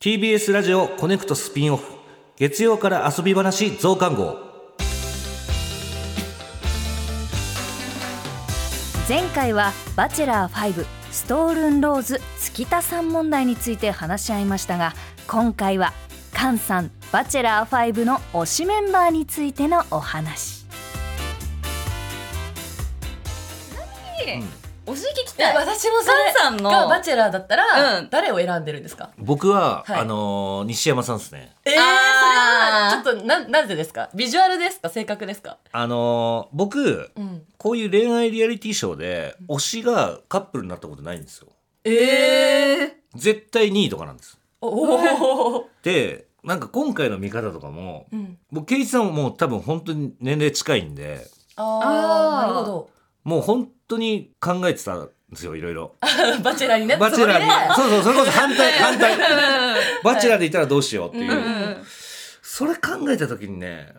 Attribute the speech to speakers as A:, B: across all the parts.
A: TBS ラジオコネクトスピンオフ月曜から遊び話増刊号
B: 前回は「バチェラー5ストールンローズ月田さん問題」について話し合いましたが今回は菅さん「バチェラー5」の推しメンバーについてのお話
C: 教え聞きたい。
D: 私もそれ
C: 菅さんの
D: がバチェラーだったら、
C: うん
D: 誰を選んでるんですか
A: 僕は、
D: はい
A: あのー西山さんですね
D: えー、それ
C: あー
D: はちょっとななぜですかビジュアルですか性格ですか
A: あのー僕
D: うん
A: こういう恋愛リアリティショーで推しがカップルになったことないんですよ
D: えー、
A: 絶対2位とかなんです
D: おお、
A: でなんか今回の見方とかも
D: うん、
A: 僕圭一さんももう多分本当に年齢近いんで
D: あ
C: あー
D: あなるほど
A: もう本当に考えてたんですよいろいろ
D: バチェラーにね
A: バチェラーに
D: つもりで
A: そうそうそれこそ反対反対 バチェラーでいたらどうしようっていう、
D: うん
C: うんうん
A: それ考えた時にね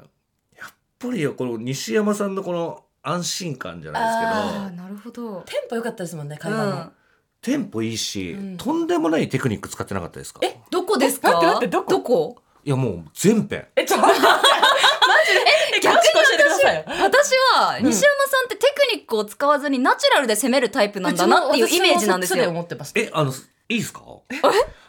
A: やっぱりこの西山さんのこの安心感じゃないですけ
C: あ
A: ど
C: ーなるほど。
D: テンポ良かったですもんね
C: う
D: 会話の、
C: ん。
A: テンポいいし、
D: うん
A: とんでもないテクニック使ってなかったですか
D: え
C: どこですか？
D: 待って待ってどこ
A: いやもう全編
D: えちょっと待ってマ ジでえ
C: 逆に
D: 詳しく教えてくださいよ
C: 私は西山さんってテクニックを使わずにナチュラルで攻めるタイプなんだなっていうイメージなんです
D: うちも私もそっちで
C: よ。
D: 思ってました
A: えあのいいですか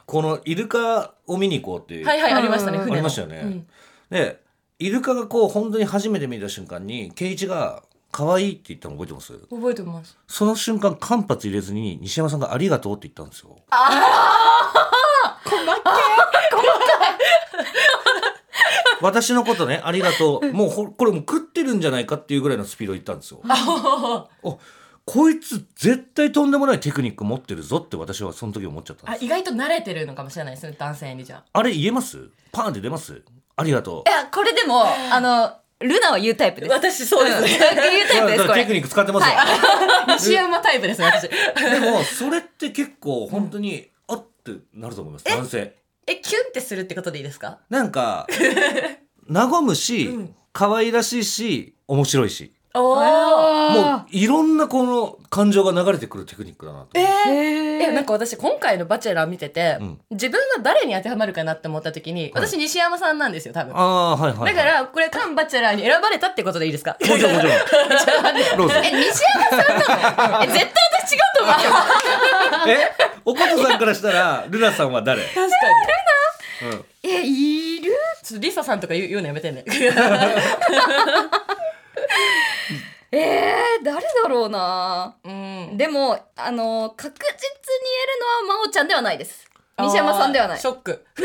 A: このイルカを見に行こうっていう、
D: はいはいありましたね
C: うん
D: 船の
A: ありましたよね
D: うん
A: でイルカがこう本当に初めて見た瞬間に圭一が「可愛いって言ったの覚えてます
D: 覚えてます
A: その瞬間間髪入れずに西山さんが「ありがとう」って言ったんですよ私のことね「ありがとう」もうほこれもう食ってるんじゃないかっていうぐらいのスピードで言ったんですよ
D: あ
A: こいつ絶対とんでもないテクニック持ってるぞって私はその時思っちゃったんです
D: 意外と慣れてるのかもしれないですね男性にじゃあ
A: あれ言えますパーンって出ますありがと
C: いうやこれでもあのルナは言うタイプ です。
D: 私そうですね、
C: 言うタイプです
A: だ
C: こ
A: からテク
C: れ。
A: ニック使ってますよ、
D: 西山タイプですね私
A: でもそれって結構本当に、あってなると思います男性
D: えキュンってするってことでいいですか
A: なんか和むし、
D: うん
A: 可愛らしいし面白いし
D: おお
A: もういろんなこの感情が流れてくるテクニックだなと、
D: いやなんか私今回の「バチェラー」見てて、
A: うん
D: 自分は誰に当てはまるかなって思った時に
A: はい
D: 私西山さんなんですよ多分、
A: ああーはいはいはい
D: だからこれカン・バチェラーに選ばれたってことでいいですか
A: もちろ んもちろんローズ
C: え西山さんなの？え絶対私違うと思うけど。
A: えおことさんからしたらルナさんは誰、
D: 確かに
A: うん
C: えいる？
D: ちょっとリサさんとか言う言うのやめ てね
C: えー、誰だろうな。
D: うん
C: でもあの確実に言えるのは真央ちゃんではないです。西山さんではな
D: あー
C: い
D: シ。ョックシ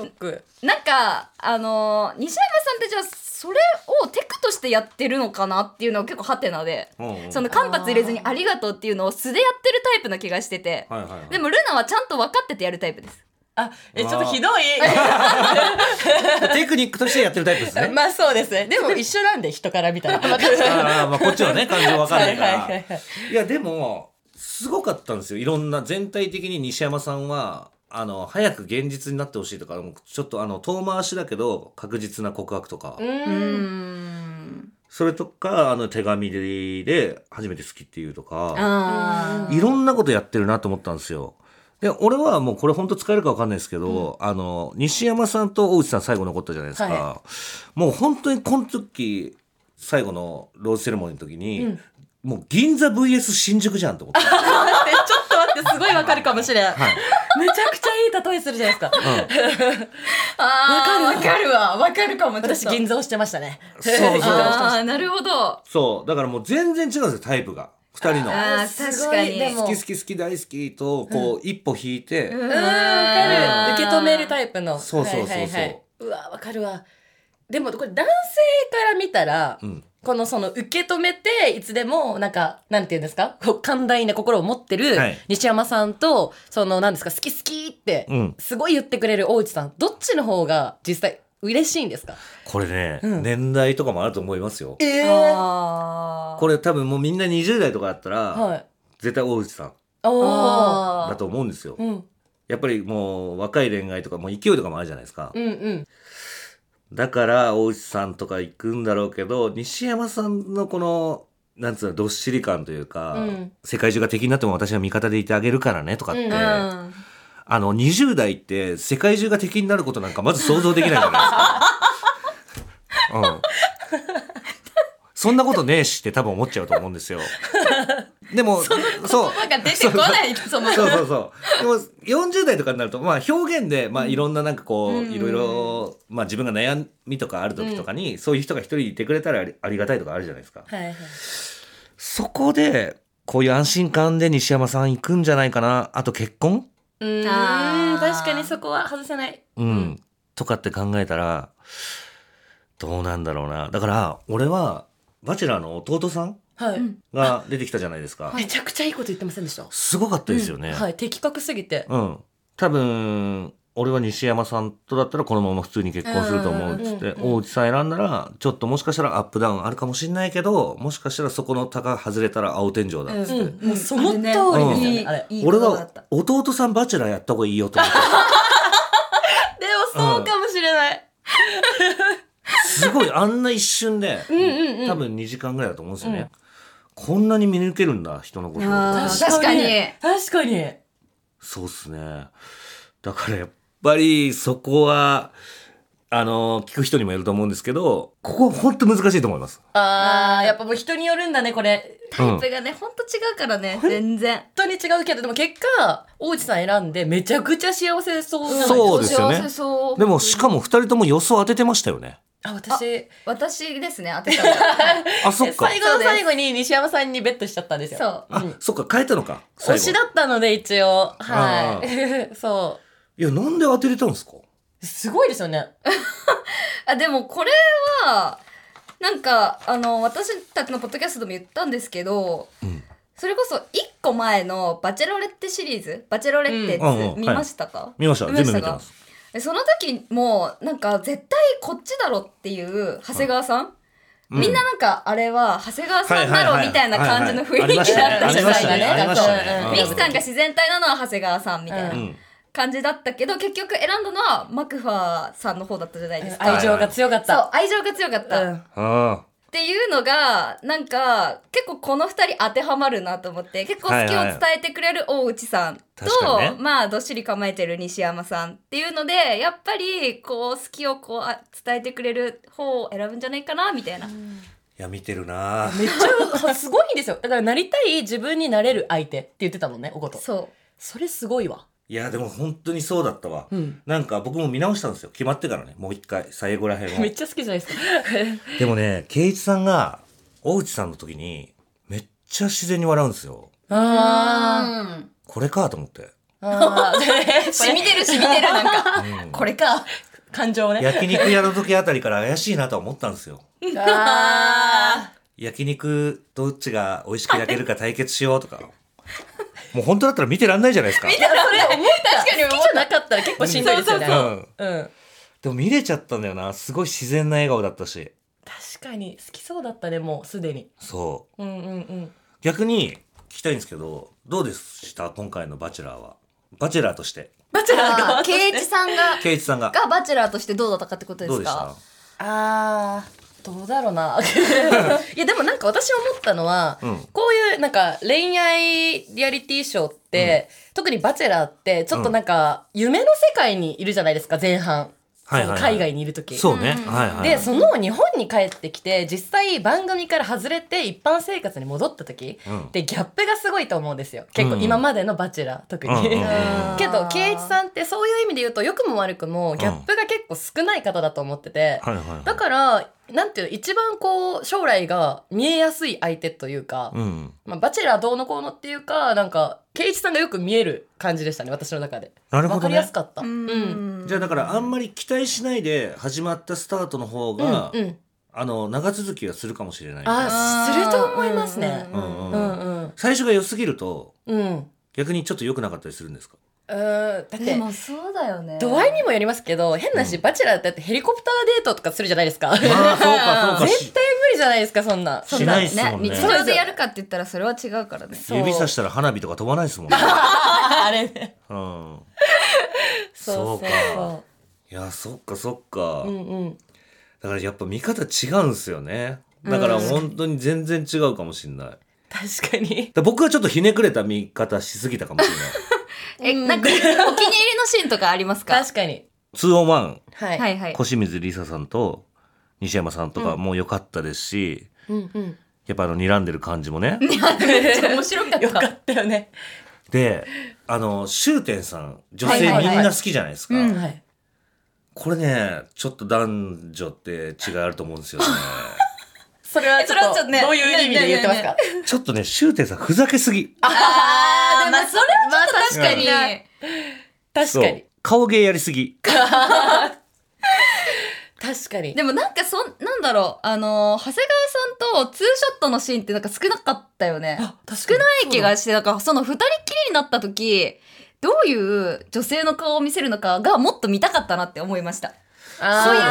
D: ョック
C: なんかあのー西山さんってじゃあそれをテクとしてやってるのかなっていうのは結構ハテナで、
A: うんうん
C: その間髪入れずに「ありがとう」っていうのを素でやってるタイプな気がしてて、
A: はいはいはい、
C: でもルナはちゃんと分かっててやるタイプです
D: あえちょっとひどい
A: テクニックとしてやってるタイプです ね
D: まあそうですねでも一緒なんで人から見た ら
A: あーまあこっちはね感情わか んないから、、
D: はいはいはいはい
A: やでもすごかったんですよいろんな全体的に西山さんはあの早く現実になってほしいとかちょっとあの遠回しだけど確実な告白とか、
C: う
D: うん
C: ん
A: それとかあの手紙で初めて好きっていうとか
C: あー
A: いろんなことやってるなと思ったんですよ。で俺はもうこれ本当使えるか分かんないですけど、あの西山さんと大内さん最後残ったじゃないですか、
D: は
A: もう本当にこの時最後のローズセレモニーの時に、
D: うん
A: もう銀座 VS 新宿じゃんと思って、は
D: 待ってちょっと待ってすごいわかるかもしれんめちゃ
A: い
D: くちゃいい例えするじゃないですか
A: うん、
C: あーわかるわわかるかもちょっと
D: 私銀座をしてましたね
A: そうそう
C: あーなるほど
A: そうだからもう全然違うんですよタイプが2人の
C: あー
D: すご
C: 確
D: い
C: かに
D: でも
A: 好き好き好き大好きとこう、一歩引いて、
C: うん
D: うんわかる受け止める
C: イ
D: タイプの
A: そうそうそうそう
D: はいはいはいうわわかるわでもこれ男性から見たら、
A: うん
D: このその受け止めていつでもなんかなんて言うんですかこう寛大な心を持ってる
A: はい
D: 西山さんと、そのなんですか好き好きって
A: うん
D: すごい言ってくれる大内さんどっちの方が実際嬉しいんですか
A: これね、
D: うん
A: 年代とかもあると思いますよ
D: え
C: プあー
A: これ多分もうみんな20代とかだったら、
D: はい
A: 絶対大内さん
D: おー
C: あ
A: だと思うんですよ、
D: うん
A: やっぱりもう若い恋愛とかもう勢いとかもあるじゃないですか、
D: うんうん
A: だから大内さんとか行くんだろうけど西山さんのこのなんつうのどっしり感というか、
D: うん
A: 世界中が敵になっても私は味方でいてあげるからねとかって、
D: うん
C: ーうん
A: あの20代って世界中が敵になることなんかまず想像できないじゃないです か。うん、そんなことねえしって多分思っちゃうと思うんですよ。でも そう
C: なんか出てこ ないその
A: そうそうそう。でも40代とかになると、まあ表現で、まあいろんななんかこう、
C: うん
A: いろいろ、まあ自分が悩みとかある時とかに、そういう人が一人いてくれたらありありがたいとかあるじゃないですか。
D: はいはい。
A: そこで、こういう安心感で西山さん行くんじゃないかな。あと結婚
D: うーん
C: あー
D: 確かにそこは外せない。
A: うん。
D: うん
A: とかって考えたら、どうなんだろうな。だから、俺は、バチェラーの弟さん
D: はい、
C: うん
A: が出てきたじゃないですか。
D: めちゃくちゃいいこと言ってませんでした。
A: すごかったですよね。
D: はい、的確すぎて。
A: うん。多分、俺は西山さんとだったらこのまま普通に結婚すると思うっつって、
D: うんうんうんうん
A: 大内さん選んだら、ちょっともしかしたらアップダウンあるかもしれないけど、もしかしたらそこの高外れたら青天井だっつって。
D: うんもうその通りですよね
C: いい
D: あれ
C: いい
A: 俺
C: 言葉だ
A: は
C: った
A: 弟さんバチェラーやった方がいいよと思って。
D: でもそうかもしれない。
A: すごい、あんな一瞬で、
D: うん
A: 多分2時間ぐらいだと思うんですよね。こんなに見抜けるんだ、人のことを。
C: あー確かに。
D: 確かに。
A: そうっすね。だからやっぱりそこは、あの、聞く人にもよると思うんですけど、ここ本当難しいと思います。
D: あ
C: あ
D: あ、
C: ー
D: やっぱもう人によるんだね、これ。
C: タイプがねほんと違うからね全然
D: 本当に違うけど、でも結果、王子さん選んで、めちゃくちゃ幸せそうじゃない
A: そう
D: です
A: ですよ
D: か
A: ね
C: 幸せそう
A: でもしかも2人とも予想当ててましたよね。
D: あ、私、
C: 私ですね当てたのはい
A: あ、そ
D: え
A: っか。
D: 最後の最後に西山さんにベットしちゃったんですよ。
C: そう
A: あ、そっか、変えたのか。最
D: 推
A: 後
D: しだったので、一応。
A: あ
D: はい。 そ
A: いや、なんで当てれたんですか
D: う。すごいですよね。
C: あでもこれはなんかあの私たちのポッドキャストでも言ったんですけど、
A: ん
C: それこそ1個前の「バチェロレッテ」シリーズ「バチェロレッテ
A: うんうんう
C: 2」
A: ん
C: 見ましたか、
A: 見ました。全部見てます。
C: えその時もうなんか絶対こっちだろっていう長谷川さん、
A: うん
C: みんななんかあれは長谷川さんだ
A: はいはいは
C: ろ
A: い
C: みたいな感じの雰
A: はいはい
C: 囲気だったじゃないですか
D: ありましたねありましたねありましたね
C: ミキさんが自然体なのは長谷川さんみたいな
A: うん。
C: 感じだったけど、結局選んだのはマクファーさんの方だったじゃないですか。
D: 愛情が強かっ
C: そう
D: た。
C: 愛情が強かった、
D: う
C: っ
D: ん
A: あ
C: ていうのがなんか結構この2人当てはまるなと思って結構好きを伝えてくれる大内さんと、
A: はいはい確かにね
C: まあどっしり構えてる西山さんっていうのでやっぱりこう好きをこうあ伝えてくれる方を選ぶんじゃないかなみたいな。
A: いや、見てるな
D: めっちゃ、すごいんですよ。だから、なりたい自分になれる相手って言ってたもんね、おこと。
C: そう
D: それすごいわ。
A: いや、でも本当にそうだったわ。
D: ん
A: なんか僕も見直したんですよ。決まってからね。もう一回、最後らへ ん
D: め
A: を
D: っ。ちゃ好きじゃないですか。
A: でもね、圭一さんが、大内さんの時に、めっちゃ自然に笑うんですよ。
D: あ
C: うん
A: これかと思って。
D: ーあ ー。
C: 染みてる染みてるなんか
A: うん
C: これか
D: 感情をね。
A: 焼肉屋の時あたりから怪しいなとは思ったんですよ。
D: あ
A: 焼肉どっちが美味しく焼けるか対決しようとか。もう本当だったら見てらんないじゃないですか。
D: ーそれ思った
C: 確かに
D: 好きじゃなかったら結構しんどいですよね。
A: うん
D: うん。
A: でも見れちゃったんだよな。すごい自然な笑顔だったし。
D: 確かに好きそうだったねもうすでに。
A: そう。
D: うんうんうん。
A: 逆に聞きたいんですけど、どうでした今回のバチェラーは。バチェラーとして。
D: バチェラーが
C: あー圭一さんが
A: 圭一さんが。
C: がバチェラーとしてどうだったかってことで
A: どう
C: す
A: で
C: か
A: した
D: あーどうだろ うな。いやでもなんか私思ったのは、
A: うん
D: こういうなんか恋愛リアリティショーって、特にバチェラーってちょっとなんか夢の世界にいるじゃないですか前半。
A: はいはいはい
D: その海外にいる時。
A: そうね。
C: うん
A: はいはい。
D: でその後日本に帰ってきて実際番組から外れて一般生活に戻った時、
A: うん
D: でギャップがすごいと思うんですよ結構
A: うん
D: 今までの「バチェラー」特に。
A: うんうん
D: けど圭一さんってそういう意味で言うと良くも悪くもギャップが結構少ない方だと思ってて、
A: はいはいはい。
D: だからなんていうの一番こう将来が見えやすい相手というか、
A: うん。
D: まあ、バチェラーどうのこうのっていうかなんか圭一さんがよく見える感じでしたね私の中で。
A: なる
D: わ
A: ほ
D: か
A: ど
D: りや
A: ね
D: す。かった。うん
A: じゃあだからあんまり期待しないで始まったスタートの方
D: うん
A: が、
D: うん
A: あの、長続きはするかもしれないみたいな。
D: あーすると思いますね。
A: うんうん
D: うんうん
A: 最初が良すぎると、
D: うん
A: 逆にちょっと良くなかったりするんですか
D: うーんだって
C: でもそうだよね
D: 度合いにもよりますけど変なし、
A: うん
D: バチェラーってだってヘリコプターデートとかするじゃないですか無
A: ああ、そうか、そうか。し
D: 理じゃないですかそんな
A: しないっすもんね。
C: 日常でやるかって言ったらそれは違うからね
D: そう
A: 指さしたら花火とか飛ばないですもんね。
D: あれね
A: うん。
D: そうそう
A: そ
D: そ
A: いや、そっか、そっか。
D: ううんうん
A: だからやっぱ見方違うんすよね。だから本当に全然違うかもしれない。だか
D: 確かに
A: ら僕はちょっとひねくれた見方しすぎたかもしれない。
C: え、
D: うん
C: なんか、お気に入りのシーンとかありますか
D: 確かに。
A: 2 on 1
D: はい。
C: はいはい。
A: 小清水梨沙さんと西山さんとかも良かったですし、
D: うんうん。
A: やっぱあの睨んでる感じもね。
C: めっちゃ 面白かっ
D: よか
C: た。
D: ったよね。
A: で、あの、終点さん、女
D: はい
A: 性
D: はい
A: み
D: はい
A: んな好きじゃないですか。
C: うん
D: はい。
A: これね、ちょっと男女って違いあると思うんですよね。
D: それはち
C: そ
D: ょっ
C: れはちょっ
D: と、
C: とね
D: どういう意味で言ってますか、
A: ちょっとね、終点さんふざけすぎ。
C: あーでもそれ
D: はちょ
C: 確
D: っ
C: かに。
D: まあ確か
A: そ
D: に。
A: う。顔芸やりすぎ。
D: 確かに。
C: でもなんかそん、なんだろう、あのー、長谷川さんとツーショットのシーンってなんか少なかったよね。
D: 確
C: 少ない気がして、だからその二人っきりになった時、どういう女性の顔を見せるのかがもっと見たかったなって思いました。そういう、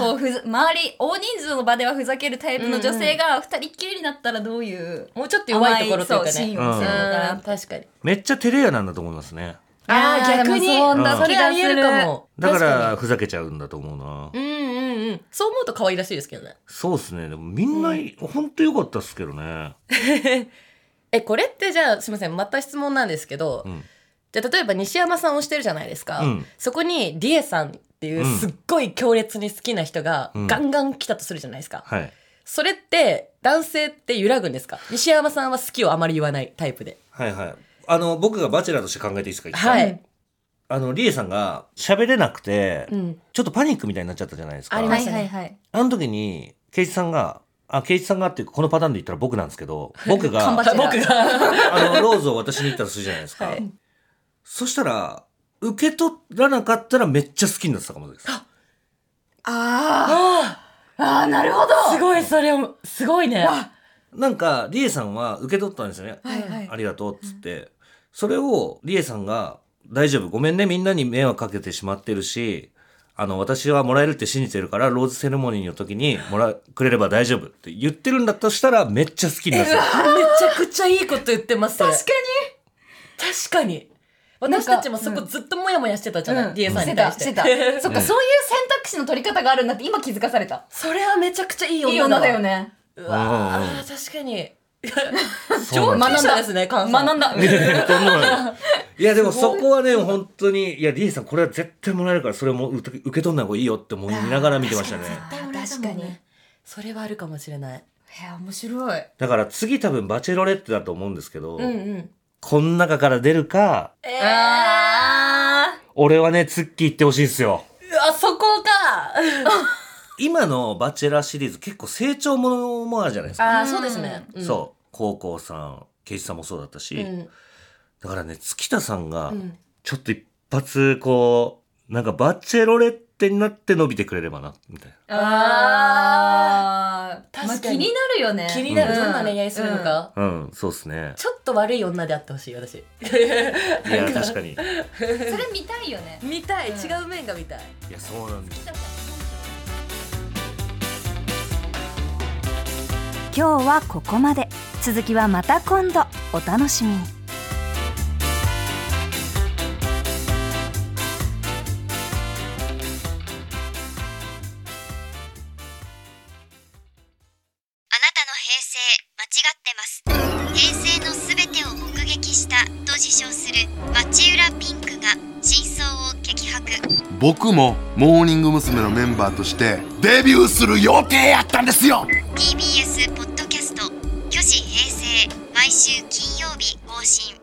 C: こうふざ、周り、大人数の場ではふざけるタイプの女性が二人っきりになったらどういう
D: もうちょっと弱
C: 甘
D: いところというかね。
C: そうシー
D: う
C: ンを見せるのかなっ
D: ん
C: て
D: 確かに。
A: めっちゃ照れ屋なんだと思いますね。
D: ああ、逆に。
C: いやーでもそん
A: な気がする
D: それは言えるかも。
A: だか
D: 確
A: ら、
D: に
A: ふざけちゃうんだと思うな。
D: うんうんうん。そう思うと可愛らしいですけどね。
A: そうですね。でもみんな、ほんと良かったっすけどね。
D: え、これってじゃあ、すみません。また質問なんですけど、
A: うん。
D: じゃあ例えば西山さんをしてるじゃないですか。
A: うん
D: そこに、リエさんっていう
A: うん
D: すっごい強烈に好きな人が、
A: うん
D: ガンガン来たとするじゃないですか。
A: はい。
D: それって、男性って揺らぐんですか西山さんは好きをあまり言わないタイプで。
A: はいはい。あの、僕がバチェラーとして考えていいですか一回
D: はい。
A: あの、リエさんが喋れなくて、
D: うん。
A: ちょっとパニックみたいになっちゃったじゃないですか。
D: あり
C: は
D: ま
C: い
D: したね
C: はいはい。
A: あの時に、ケイジさんが、あ、ケイジさんがっていうかこのパターンで言ったら僕なんですけど、僕
C: 缶
A: が
C: バ、ッジ
D: 僕が。
A: あの、ローズを私に言ったらするじゃないですか。
D: はい
A: そしたら、受け取らなかったらめっちゃ好きになってたかもです。
C: あ
D: あ
C: あ、ああ、なるほど。
D: あ、すごい、それも、すごいね。
A: なんか、リエさんは受け取ったんですよね。
C: はいはい
A: あ。りがとうっつって。それを、リエさんが、大丈夫、ごめんね、みんなに迷惑かけてしまってるし、あの、私はもらえるって信じてるから、ローズセレモニーの時に、もら、くれれば大丈夫って言ってるんだとしたら、めっちゃ好きになってた。
D: めちゃくちゃいいこと言ってます。
C: 確
D: 確
C: か
D: 確かに。
C: なん
D: 私
C: か
D: たちもそこずっとモヤモヤしてたじゃない、
C: うん
D: リエさんに
C: に。
D: 対し。
C: しててた、してた。そっか、そういう選択肢の取り方があるんだって今気づかされた。
D: それはめちゃくちゃいい
C: いい
D: 女
C: 女
D: だ
C: だよ
D: ね。
C: ね。
D: うわ
A: うんうん
D: あ、確かに。
A: そうなん
D: 上
A: で
D: 級者ですね、カンさん。
C: 学んだ。
A: と思うよいやでもそこはね本当にいやリエさんこれは絶対もらえるからそれも受け受け取んない方がいいよって思いながら見てましたね
D: 絶対俺だもんね
C: 確かに。
D: それはあるかもしれない。
C: いや、面白い。
A: だから次多分バチェロレッテだと思うんですけど、
D: うんうん。
A: この中から出るか
D: えー、
C: あ
A: 俺はねツッキー行ってほしいですよ
D: うわ、そこか。
A: 今のバチェラーシリーズ結構成長ものもあるじゃないですか、
D: ああ、そうですね。
A: そう高校さんケイジさんもそうだったし、
D: うん。うん。
A: だからね月田さんが
D: うん
A: ちょっと一発こうなんかバチェロレッテになって伸びてくれればなみたいな
C: ーあー。
D: 確か
C: まあ気
D: に
C: になるよね。
D: 気になる、
C: うん
D: どんな恋愛するのか。
A: うんそうですね
D: ちょっと悪い女であってほしい、私。
A: いや確かに
C: うんそれ見たいよね。
D: 見たい、
C: うん
D: 違う面が見たい。
A: いやそうなんです
B: 今日はここまで続きはまた今度お楽しみに
E: あなたの平成間違ってます平成のすべてを目撃したと自称する町浦ピンクが真相を激白
F: 僕もモーニング娘。のメンバーとしてデビューする予定やったんですよ
E: TBS ポッドキャスト「巨子平成」毎週金曜日更新